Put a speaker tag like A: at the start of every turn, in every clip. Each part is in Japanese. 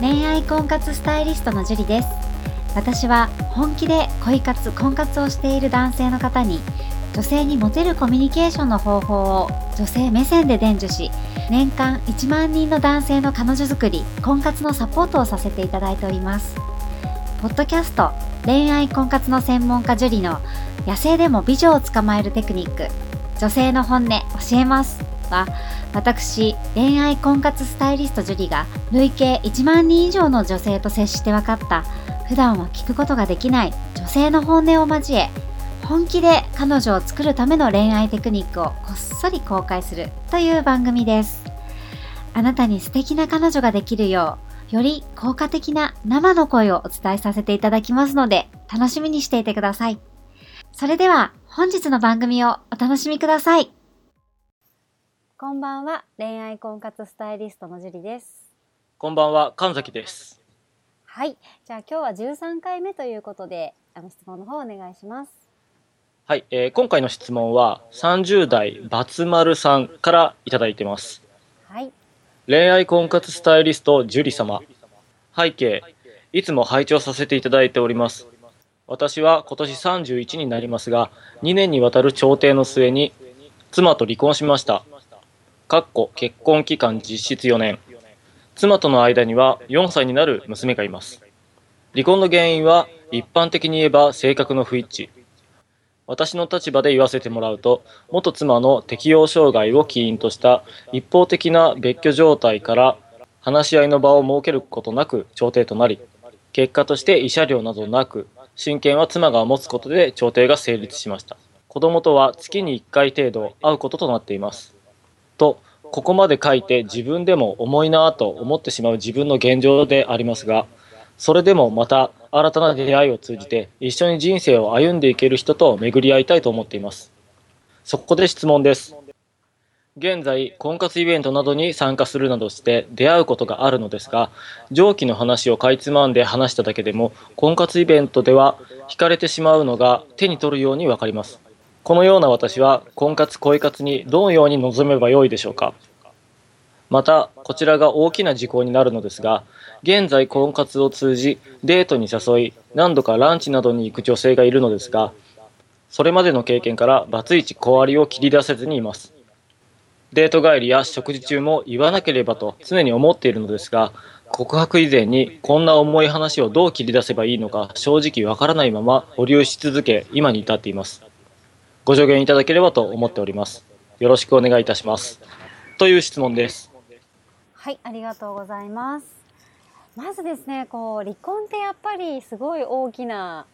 A: 恋愛婚活スタイリストのジュリです私は本気で恋活婚活をしている男性の方に女性にモテるコミュニケーションの方法を女性目線で伝授し年間1万人の男性の彼女作り婚活のサポートをさせていただいておりますポッドキャスト恋愛婚活の専門家ジュリの野生でも美女を捕まえるテクニック女性の本音教えますは私恋愛婚活スタイリストジュリが累計1万人以上の女性と接して分かった普段は聞くことができない女性の本音を交え本気で彼女を作るための恋愛テクニックをこっそり公開するという番組ですあなたに素敵な彼女ができるようより効果的な生の声をお伝えさせていただきますので楽しみにしていてくださいそれでは本日の番組をお楽しみくださいこんばんは恋愛婚活スタイリストのジュリです
B: こんばんは、神崎です。
A: はいじゃあ今日は13回目ということであの質問の方お願いします
B: はい、えー今回の質問は30代バツマルさんからいただいてます。
A: はい
B: 恋愛婚活スタイリスト樹里様。背景、いつも拝聴させていただいております。私は今年31になりますが、2年にわたる調停の末に妻と離婚しました。かっこ結婚期間実質4年。妻との間には4歳になる娘がいます。離婚の原因は一般的に言えば性格の不一致。私の立場で言わせてもらうと、元妻の適応障害を起因とした一方的な別居状態から話し合いの場を設けることなく調停となり、結果として慰謝料などなく、親権は妻が持つことで調停が成立しました。子供とは月に1回程度会うこととなっています。と、ここまで書いて自分でも重いなぁと思ってしまう自分の現状でありますが、それでもまた新たな出会いを通じて一緒に人生を歩んでいける人と巡り合いたいと思っています。そこで質問です。現在、婚活イベントなどに参加するなどして出会うことがあるのですが、上記の話をかいつまんで話しただけでも、婚活イベントでは惹かれてしまうのが手に取るようにわかります。このような私は婚活恋活にどのように臨めばよいでしょうかまたこちらが大きな事項になるのですが現在婚活を通じデートに誘い何度かランチなどに行く女性がいるのですがそれまでの経験からバツイチ小割りを切り出せずにいますデート帰りや食事中も言わなければと常に思っているのですが告白以前にこんな重い話をどう切り出せばいいのか正直わからないまま保留し続け今に至っていますご助言いただければと思っております。よろしくお願いいたします。という質問です。
A: はい、ありがとうございます。まずですね、こう離婚ってやっぱりすごい大きな、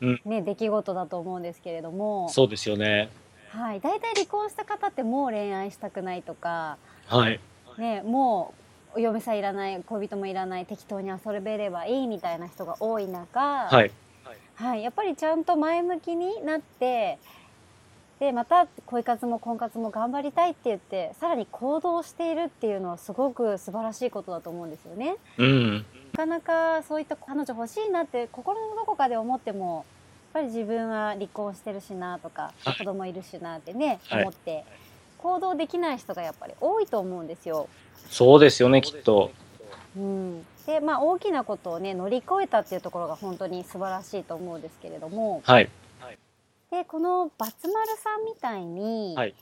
B: うん
A: ね出来事だと思うんですけれども、
B: そうですよね。
A: はい、大体離婚した方ってもう恋愛したくないとか、
B: はい。
A: ねもうお嫁さんいらない、恋人もいらない、適当に遊べればいいみたいな人が多い中、は
B: はい。
A: はい、やっぱりちゃんと前向きになってでまた恋活も婚活も頑張りたいって言ってさらに行動しているっていうのはすごく素晴らしいことだと思うんですよね。
B: うん。
A: なかなかそういった彼女欲しいなって心のどこかで思ってもやっぱり自分は離婚してるしなとか
B: はい
A: 子供いるしなってね、
B: はい
A: 思って行動できない人がやっぱり多いと思うんですよ。
B: そうですよね、きっと。
A: うん、でまあ大きなことをね乗り越えたっていうところが本当に素晴らしいと思うんですけれども。
B: はい。
A: でこのバツ丸さんみたいに、
B: はい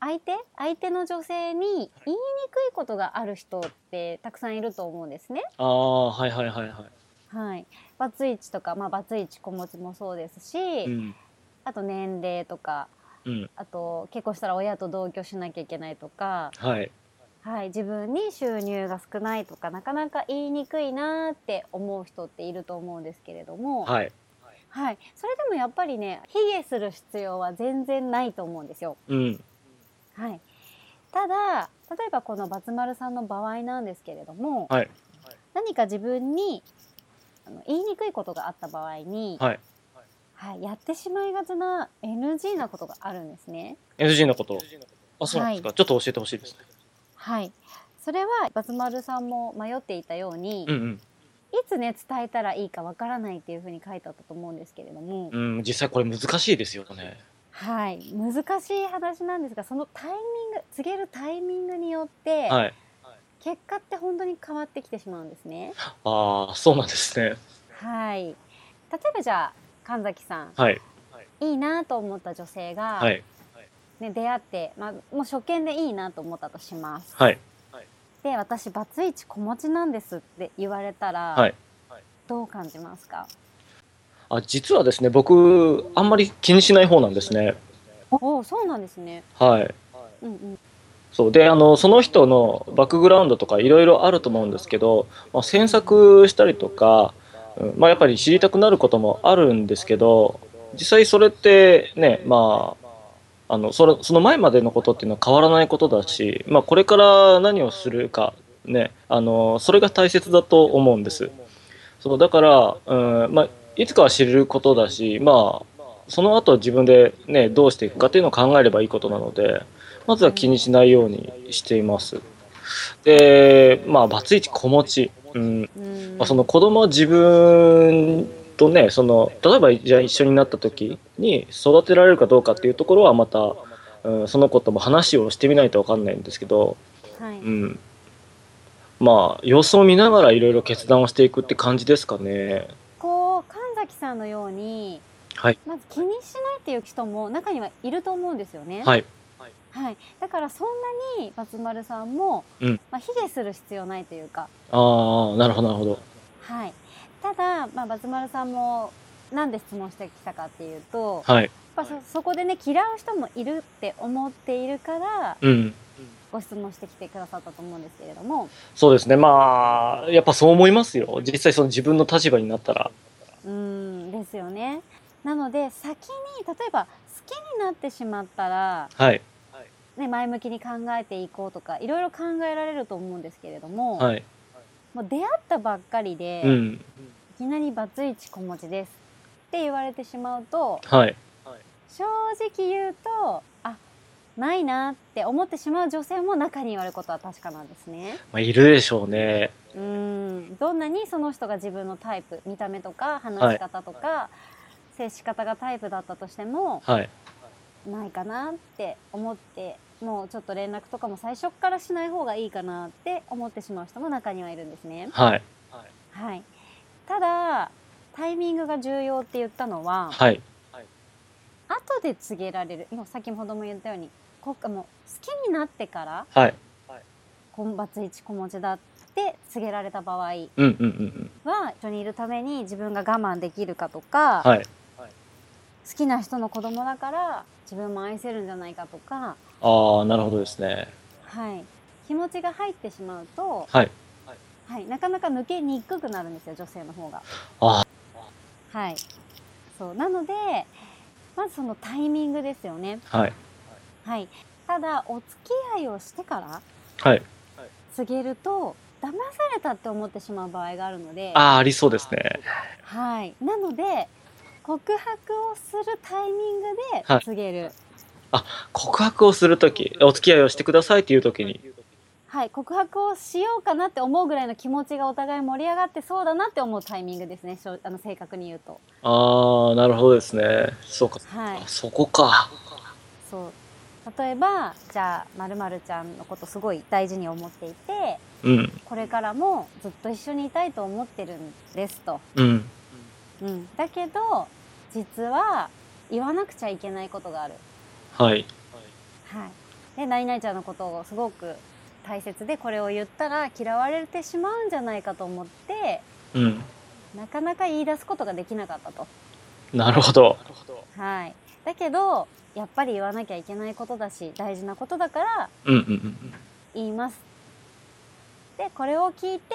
A: 相手相手の女性に言いにくいことがある人ってたくさんいると思うんですね。
B: ああ、はいはいはいは
A: はい、バツイチとか、まあ、バツイチ子持ちもそうですし、
B: い。うん。
A: あと年齢とか
B: うん。
A: あと結婚したら親と同居しなきゃいけないとか、
B: はい。
A: はい、自分に収入が少ないとかなかなか言いにくいなーって思う人っていると思うんですけれども、はい
B: はい。
A: それでもやっぱりね卑下する必要は全然ないと思うんですよ。
B: うん。
A: はい、ただ例えばこのバツ丸さんの場合なんですけれども、
B: はい
A: 何か自分にあの言いにくいことがあった場合に、
B: はい
A: はいやってしまいがちな NG なことがあるんですね。
B: NG のこと。あ、そうなんですか。ちょっと教えてほしいですね。
A: はい、それはバツ丸さんも迷っていたように、
B: う
A: い
B: ん
A: つね伝えたらいいかわからないっていうふうに書いてあったと思うんですけれども、
B: うん。うん、実際これ難しいですよね。
A: はい、難しい話なんですがそのタイミング告げるタイミングによって、
B: はい。
A: 結果って本当に変わってきてしまうんですね。
B: ああ、そうなんですね。
A: はい。例えばじゃあ神崎さん、
B: はい。
A: いいなと思った女性が、
B: はい。
A: ね、出会って、まあ、もう初見でいいなと思ったとします。
B: はい。
A: で私バツイチ子持ちなんですって言われたら、
B: はい
A: どう感じますか
B: あ、実はですね、僕、あんまり気にしない方なんですね。
A: おおそうなんですね。
B: はい。
A: うんうん、
B: そうであのその人のバックグラウンドとかいろいろあると思うんですけど、まあ、詮索したりとか、うんまあ、やっぱり知りたくなることもあるんですけど実際それってねまああのそのその前までのことっていうのは変わらないことだし、まあ、これから何をするか、ね、あのそれが大切だと思うんですそうだから、うんまあ、いつかは知ることだし、まあ、その後自分で、ね、どうしていくかっていうのを考えればいいことなので。まずは気にしないようにしています。で、まあ、バツイチ子持ち。うん。
A: うん
B: まあ、その子供は自分とね、その、例えばじゃあ一緒になった時に育てられるかどうかっていうところはまた、うん、その子とも話をしてみないとわかんないんですけど、
A: はい、
B: うん。まあ、様子を見ながらいろいろ決断をしていくって感じですかね。
A: こう神崎さんのように、
B: はい
A: まず気にしないっていう人も中にはいると思うんですよね。
B: はい。
A: はい、だからそんなに松丸さんも、
B: うん
A: まあ、卑下する必要ないというか、
B: ああ、なるほど、なるほど。
A: はい、ただ、まあ、松丸さんもなんで質問してきたかっていうと、
B: はい。
A: やっぱそそこでね嫌う人もいるって思っているから
B: うん。
A: ご質問してきてくださったと思うんですけれども、
B: そうですね。まあ、やっぱそう思いますよ。実際その自分の立場になったら。
A: うーんですよね。なので先に例えば好きになってしまったら、
B: はい。
A: ね、前向きに考えていこうとかいろいろ考えられると思うんですけれども、
B: はい。
A: もう出会ったばっかりで、
B: う
A: い
B: ん。
A: きなりバツイチ子持ちですって言われてしまうと
B: はい。
A: 正直言うとあないなって思ってしまう女性も中にはあることは確かなんですね。
B: まあ、いるでしょうね。
A: うーんどんなにその人が自分のタイプ見た目とか話し方とか、接し方がタイプだったとしても
B: はい。
A: ないかなって思ってもうちょっと連絡とかも最初からしない方がいいかなって思ってしまう人も中にはいるんですね。
B: はい。
A: はい、ただタイミングが重要って言ったのは
B: はい。
A: 後で告げられるもう先ほども言ったようにこもう好きになってから
B: はい。
A: 婚罰一子持ちだって告げられた場合
B: うんうんうんうん。
A: は一緒にいるために自分が我慢できるかとか、
B: はい。
A: 好きな人の子供だから自分も愛せるんじゃないかとか、
B: ああ、なるほどですね。
A: はい、気持ちが入ってしまうと、
B: はい。
A: はい、なかなか抜けにくくなるんですよ女性の方が。
B: あ
A: はい、そうなのでまずそのタイミングですよね。
B: はい。
A: はい、ただお付き合いをしてから
B: はい。
A: 告げると騙されたって思ってしまう場合があるので、
B: ああ、ありそうですね。
A: はい、なので告白をするタイミングで
B: はい
A: 告げる。
B: 告白をするとき、お付き合いをしてくださいっていうときに。
A: はい、告白をしようかなって思うぐらいの気持ちがお互い盛り上がってそうだなって思うタイミングですね、しょあの正確に言うと。
B: ああ、なるほどですね。そうか。
A: はい
B: あ、そこか。
A: そう。例えば、じゃあ、まるまるちゃんのことすごい大事に思っていて、
B: うん。
A: これからもずっと一緒にいたいと思ってるんですと。
B: うん。
A: うん。だけど、実は言わなくちゃいけないことがある。
B: はい。
A: はい。で、ナイナイちゃんのことをすごく大切で、これを言ったら嫌われてしまうんじゃないかと思って、
B: うん。
A: なかなか言い出すことができなかったと。
B: なるほど。
A: はい。だけど、やっぱり言わなきゃいけないことだし、大事なことだから
B: うんうんうん。
A: 言います。で、これを聞いて、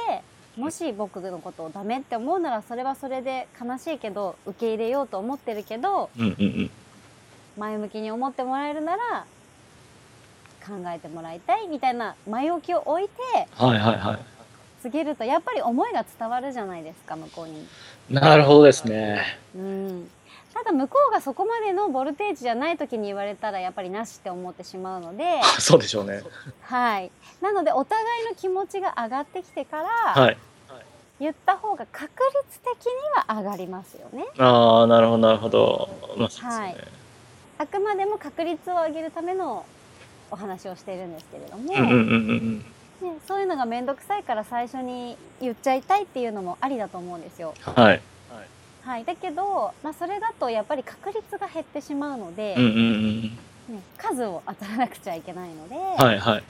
A: もし僕のことをダメって思うなら、それはそれで悲しいけど、受け入れようと思ってるけど、
B: うんうんうん。
A: 前向きに思ってもらえるなら、考えてもらいたいみたいな前置きを置いて
B: はいはいは
A: 告げるとやっぱり思いが伝わるじゃないですか向こうに
B: い。なるほどですね。
A: うんただ向こうがそこまでのボルテージじゃない時に言われたらやっぱりなしって思ってしまうので
B: そうでしょうね。
A: はい。なので、お互いの気持ちが上がってきてから、
B: はい。
A: 言った方が確率的には上がりますよね。
B: ああ、なるほどなるほど。まあ、そうですよ
A: はい
B: ね。
A: あくまでも確率を上げるためのお話をしているんですけれども、
B: うんうんうんうんうん。
A: ねそういうのが面倒くさいから最初に言っちゃいたいっていうのもありだと思うんですよ。
B: はい。
A: はい、だけど、まあ、それだとやっぱり確率が減ってしまうので、
B: うんうんうん
A: ね数を当たらなくちゃいけないので、
B: うん。はいはい。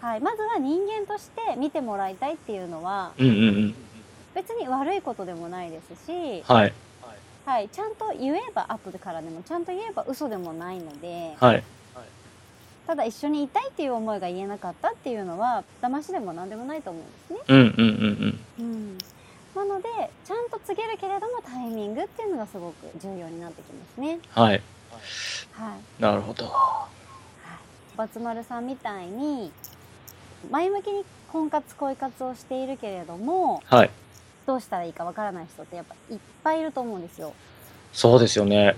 A: はいまずは人間として見てもらいたいっていうのは
B: うんうんうん。
A: 別に悪いことでもないですし、
B: はい
A: はい、ちゃんと言えば後でからでもちゃんと言えば嘘でもないので、
B: はい。
A: ただ一緒にいたいっていう思いが言えなかったっていうのは騙しでも何でもないと思うんですね。
B: うんうんうん
A: うん、なのでちゃんと告げるけれどもタイミングっていうのがすごく重要になってきますね。
B: うん。は
A: は
B: い。
A: い
B: なるほど。
A: バツ丸さんみたいに前向きに婚活恋活をしているけれども
B: はい。
A: どうしたらいいかわからない人ってやっぱいっぱいいると思うんですよ。
B: そうですよね。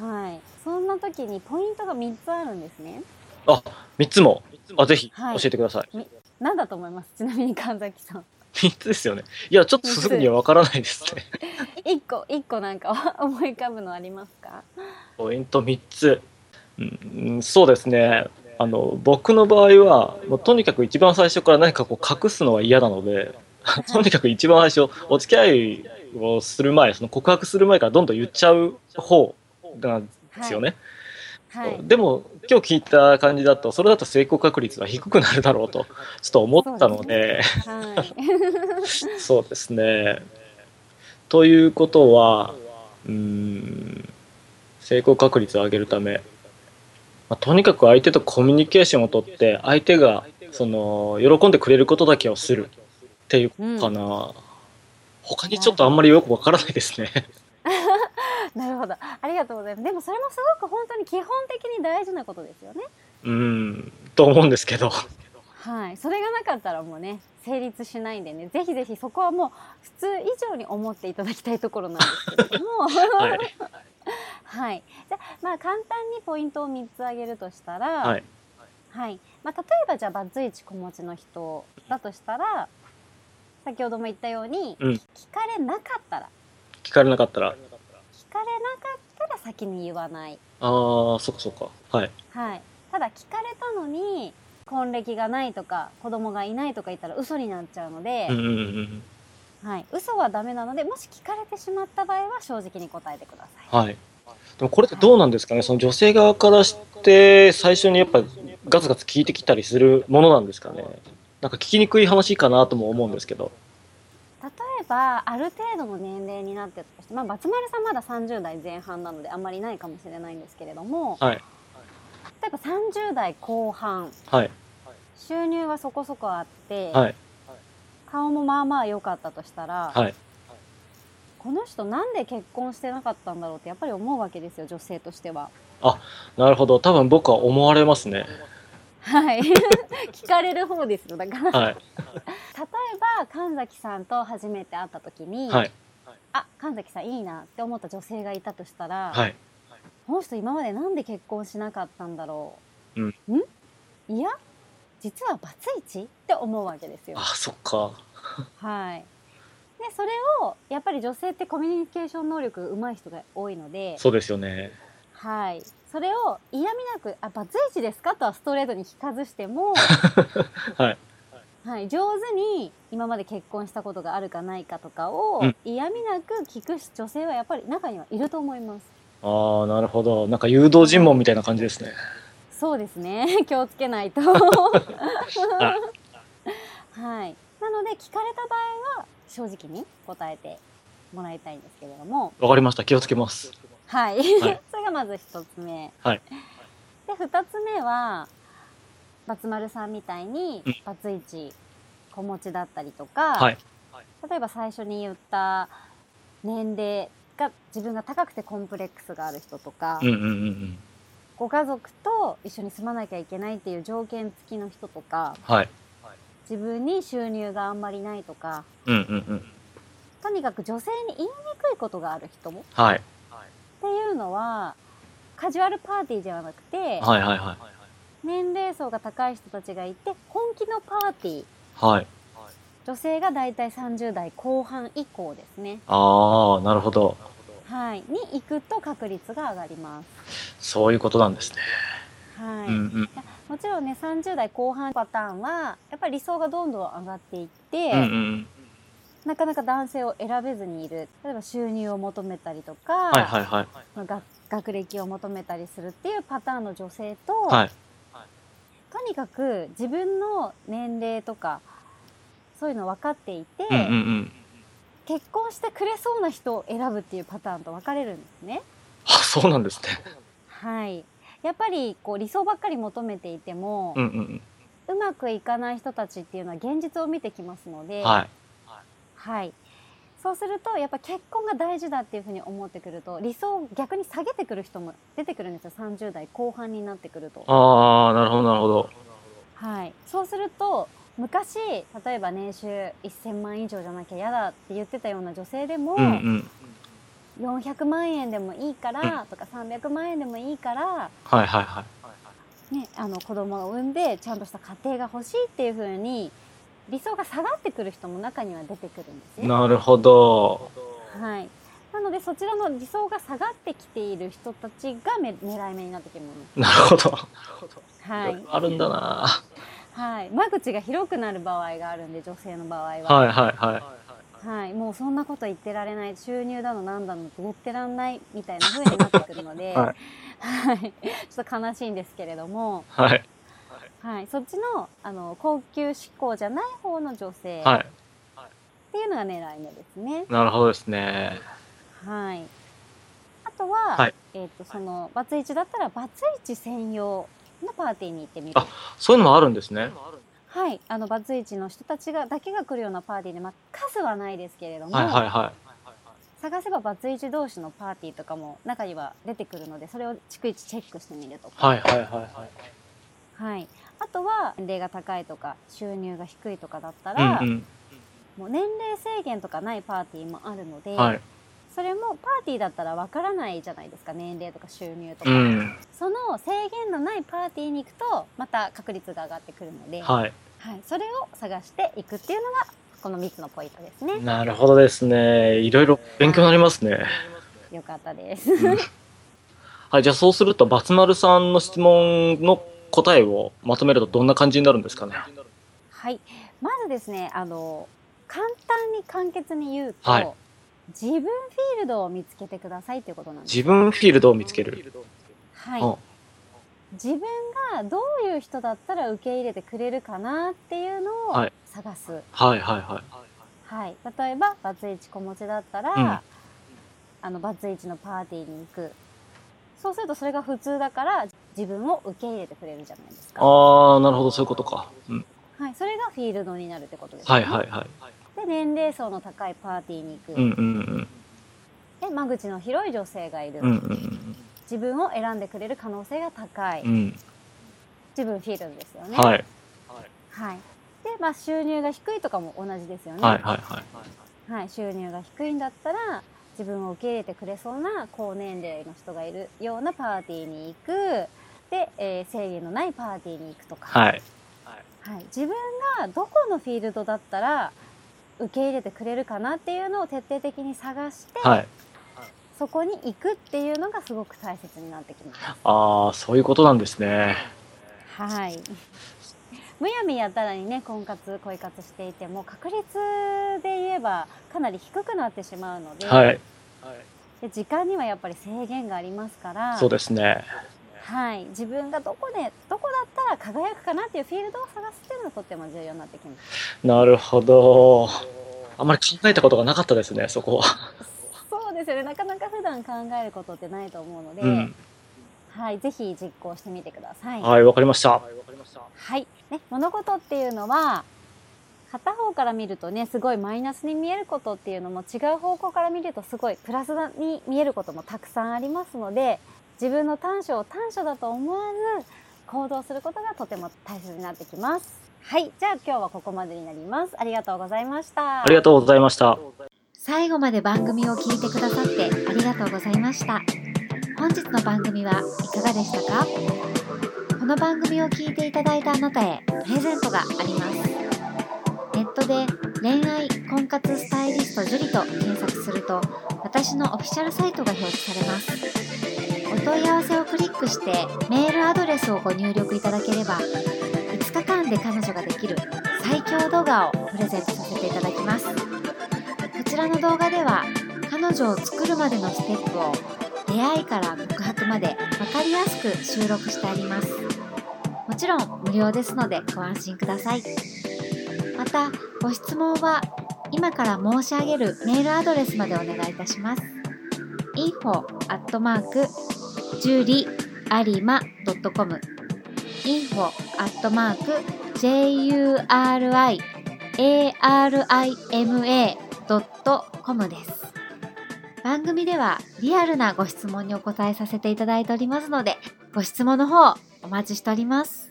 A: はい、そんな時にポイントが3つあるんですね。
B: 三つも。あ、ぜひ教
A: はい
B: えてください。
A: なんだと思いますちなみに神崎さん。
B: 三つですよね。いや、ちょっとすぐにはわからないですね。
A: 1個1個なんかは 思い浮かぶのありますか
B: ポイント3つ、うん、そうですねあの僕の場合はもうとにかく一番最初から何かこう隠すのは嫌なのでとにかく一番最初お付き合いをする前その告白する前からどんどん言っちゃう方なんですよね、
A: はい、はい、
B: でも今日聞いた感じだとそれだと成功確率は低くなるだろうとちょっと思ったので
A: はい、
B: そうですね。ということは、うーん、成功確率を上げるため、まあとにかく相手とコミュニケーションをとって、相手が、その、喜んでくれることだけをするっていう
A: うん
B: かな。他にちょっとあんまりよくわからないですね。
A: なるほどありがとうございますでもそれもすごく本当に基本的に大事なことですよね
B: うん、と思うんですけ ど。
A: はい、それがなかったらもうね成立しないんでねぜひぜひそこはもう普通以上に思っていただきたいところなんですけれども は、
B: はいい。
A: じゃあまあ簡単にポイントを3つ挙げるとしたら、
B: はい。
A: はいまあ、例えばじゃあバツイチ子持ちの人だとしたら先ほども言ったように、
B: うん
A: 聞かれなかったら
B: 聞かれなかったら、
A: 聞かれなかったら先に言わない、
B: あー、そっかそっか。はい。
A: はい、ただ聞かれたのに婚歴がないとか子供がいないとか言ったら嘘になっちゃうので。
B: うんうんうんうん。
A: はい、嘘はダメなのでもし聞かれてしまった場合は正直に答えてください。
B: はい。でもこれってどうなんですかね、その女性側からして、最初にやっぱガツガツ聞いてきたりするものなんですかね。なんか聞きにくい話かなとも思うんですけど。
A: 例えばある程度の年齢になってたとして、まあ、松丸さんまだ30代前半なのであんまりないかもしれないんですけれども
B: はい。
A: 例えば30代後半
B: はい。
A: 収入はそこそこあって、
B: はい。
A: 顔もまあまあ良かったとしたら、
B: はい。
A: この人なんで結婚してなかったんだろうってやっぱり思うわけですよ女性としては。
B: なるほど。多分僕は思われますね。
A: はい、聞かれる方ですよだから例え
B: はい。
A: ば神崎さんと初めて会った時に。
B: はい。
A: あ神崎さんいいなって思った女性がいたとしたら、
B: はい。
A: この人今までなんで結婚しなかったんだろう、
B: うん
A: いや実はバツイチって思うわけですよ
B: あ。、そっか。
A: はいでそれをやっぱり女性ってコミュニケーション能力上手い人が多いので
B: そうですよね。
A: はい、それを嫌みなく「あバツイチですか?」とはストレートに聞かずしても、
B: はい。
A: はい、上手に今まで結婚したことがあるかないかとかを
B: うん
A: 嫌みなく聞く女性はやっぱり中にはいると思います。
B: あー、なるほど。なんか誘導尋問みたいな感じですね。
A: そうですね 気をつけないとはいなので聞かれた場合は正直に答えてもらいたいんですけれども
B: わかりました。気をつけます。
A: はい、
B: い
A: それがまず一つ目、
B: はい
A: で二つ目は松丸さんみたいに
B: うん
A: バツイチ子持ちだったりとか、
B: はい
A: 例えば最初に言った年齢が自分が高くてコンプレックスがある人とか、
B: うんうんうんうん。
A: ご家族と一緒に住まなきゃいけないっていう条件付きの人とか
B: はい。
A: 自分に収入があんまりないとか
B: うんうんうん。
A: とにかく女性に言いにくいことがある人もっ
B: はい。
A: ていうのはカジュアルパーティーではなくて
B: はいはいはい。
A: 年齢層が高い人たちがいて本気のパーティー
B: はい。
A: 女性がだいたい30代後半以降ですね、
B: あー、なるほど。
A: はい、に行くと確率が上がります。
B: そういうことなんですね。
A: はい
B: うんうん
A: もちろんね30代後半パターンはやっぱり理想がどんどん上がっていって、
B: うんうん
A: なかなか男性を選べずにいる例えば収入を求めたりとか、
B: はいはいはい
A: まあ学学歴を求めたりするっていうパターンの女性と、
B: はい
A: とにかく自分の年齢とかそういうの分かっていて、
B: うんうんうん
A: 結婚してくれそうな人を選ぶっていうパターンと分かれるんですね。
B: あそうなんですね
A: はいやっぱりこう理想ばっかり求めていても、
B: うんうん
A: うまくいかない人たちっていうのは現実を見てきますの
B: う
A: で、
B: んはい
A: はい、そうするとやっぱ結婚が大事だっていうふうに思ってくると理想を逆に下げてくる人も出てくるんですよ30代後半になってくると。
B: ああなるほどなるほど
A: はい、そうすると昔例えば年収1,000万以上じゃなきゃ嫌だって言ってたような女性でも、
B: うんうん
A: 400万円でもいいからとか300万円でもいいから、
B: はいはいはい
A: ね、あの子供を産んでちゃんとした家庭が欲しいっていうふうに理想が下がってくる人も中には出てくるんですね。
B: なるほど
A: はい、なのでそちらの理想が下がってきている人たちがめ狙い目になってきてます。
B: なる ほど
A: はい
B: あるんだな
A: はい、間口が広くなる場合があるんで女性の場合は、
B: はいはいは
A: はい、もうそんなこと言ってられない収入だのなんだのって言ってらんないみたいな風になってくるので、
B: は
A: はいちょっと悲しいんですけれども、
B: いはい
A: はい、そっちのあの高級志向じゃない方の女性っ
B: はい
A: ていうのが狙い目ですね。
B: なるほどですね
A: はい、あとは、
B: はい
A: えっとそのバツイチだったらバツイチ専用のパーティーに行ってみる
B: あそういうのもあるんですね
A: はい、あのバツイチの人たちがだけが来るようなパーティーで、まあ、数はないですけれども、
B: はいはいはい
A: 探せばバツイチ同士のパーティーとかも中には出てくるのでそれを逐一チェックしてみるとか、
B: はいはいはいはい
A: はい、あとは年齢が高いとか収入が低いとかだったら、
B: うん
A: もう年齢制限とかないパーティーもあるので、
B: うんはい
A: それもパーティーだったらわからないじゃないですか年齢とか収入とか、
B: うん
A: その制限のないパーティーに行くとまた確率が上がってくるので、
B: はい
A: はい、それを探していくっていうのがこの3つのポイントですね。
B: なるほどですねいろいろ勉強になりますね
A: よかったです。
B: はいじゃあそうするとバツマルさんの質問の答えをまとめるとどんな感じになるんですかね
A: はい。まずですね、あの、簡単に簡潔に言うと、
B: はい
A: 自分フィールドを見つけてくださいっていうことなんです。
B: 自分フィールドを見つける
A: はい
B: うん。
A: 自分がどういう人だったら受け入れてくれるかなっていうの
B: は
A: を
B: い
A: 探す。はい。
B: はいはいはい
A: 例えば、バツイチ子持ちだったら、
B: うん
A: あの、バツイチのパーティーに行く。そうするとそれが普通だから、自分を受け入れてくれるじゃないですか。
B: ああなるほどそういうことか、うん、
A: はい。それがフィールドになるってことですね。
B: はいはいはい
A: で、年齢層の高いパーティーに行く。
B: うんうん
A: で間口の広い女性がいる、
B: うんうんうん
A: 自分を選んでくれる可能性が高い、
B: うん
A: 自分フィールドですよ
B: うん
A: ね
B: はい
A: はいでまあ収入が低いとかも同じですよね、
B: はいはいはい
A: はい収入が低いんだったら自分を受け入れてくれそうな高年齢の人がいるようなパーティーに行くで、えー制限のないパーティーに行くとか、
B: はい
A: はい自分がどこのフィールドだったら受け入れてくれるかなっていうのを徹底的に探して、
B: はい
A: そこに行くっていうのがすごく大切になってきます
B: ああそういうことなんですね
A: はい。むやみやたらにね婚活恋活していても確率で言えばかなり低くなってしまうので,、
B: はい
A: で時間にはやっぱり制限がありますから
B: そうですね
A: はい、自分がどこでどこだったら輝くかなっていうフィールドを探すっていうのがとっても重要になってきます。
B: なるほどあんまり考えたことがなかったですねそこは
A: そうですよねなかなか普段考えることってないと思うので、
B: うん
A: はい、ぜひ実行してみてください。
B: はいわかりました
A: はい、ね、物事っていうのは片方から見るとねすごいマイナスに見えることっていうのも違う方向から見るとすごいプラスに見えることもたくさんありますので自分の短所を短所だと思わず行動することがとても大切になってきます。はい、じゃあ今日はここまでになります。ありがとうございました。
B: ありがとうございました
C: 最後まで番組を聞いてくださってありがとうございました本日の番組はいかがでしたかこの番組を聞いていただいたあなたへプレゼントがありますネットで恋愛婚活スタイリストジュリと検索すると私のオフィシャルサイトが表示されますお
A: 問い合わせをクリックしてメールアドレスをご入力いただければ5日間で彼女ができる最強動画をプレゼントさせていただきますこちらの動画では彼女を作るまでのステップを出会いから告白まで分かりやすく収録してありますもちろん無料ですのでご安心くださいまたご質問は今から申し上げるメールアドレスまでお願いいたします info アットマーク juriarima.com info アットマーク juriarima.com です番組ではリアルなご質問にお答えさせていただいておりますのでご質問の方お待ちしております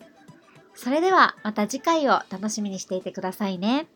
A: それではまた次回を楽しみにしていてくださいね。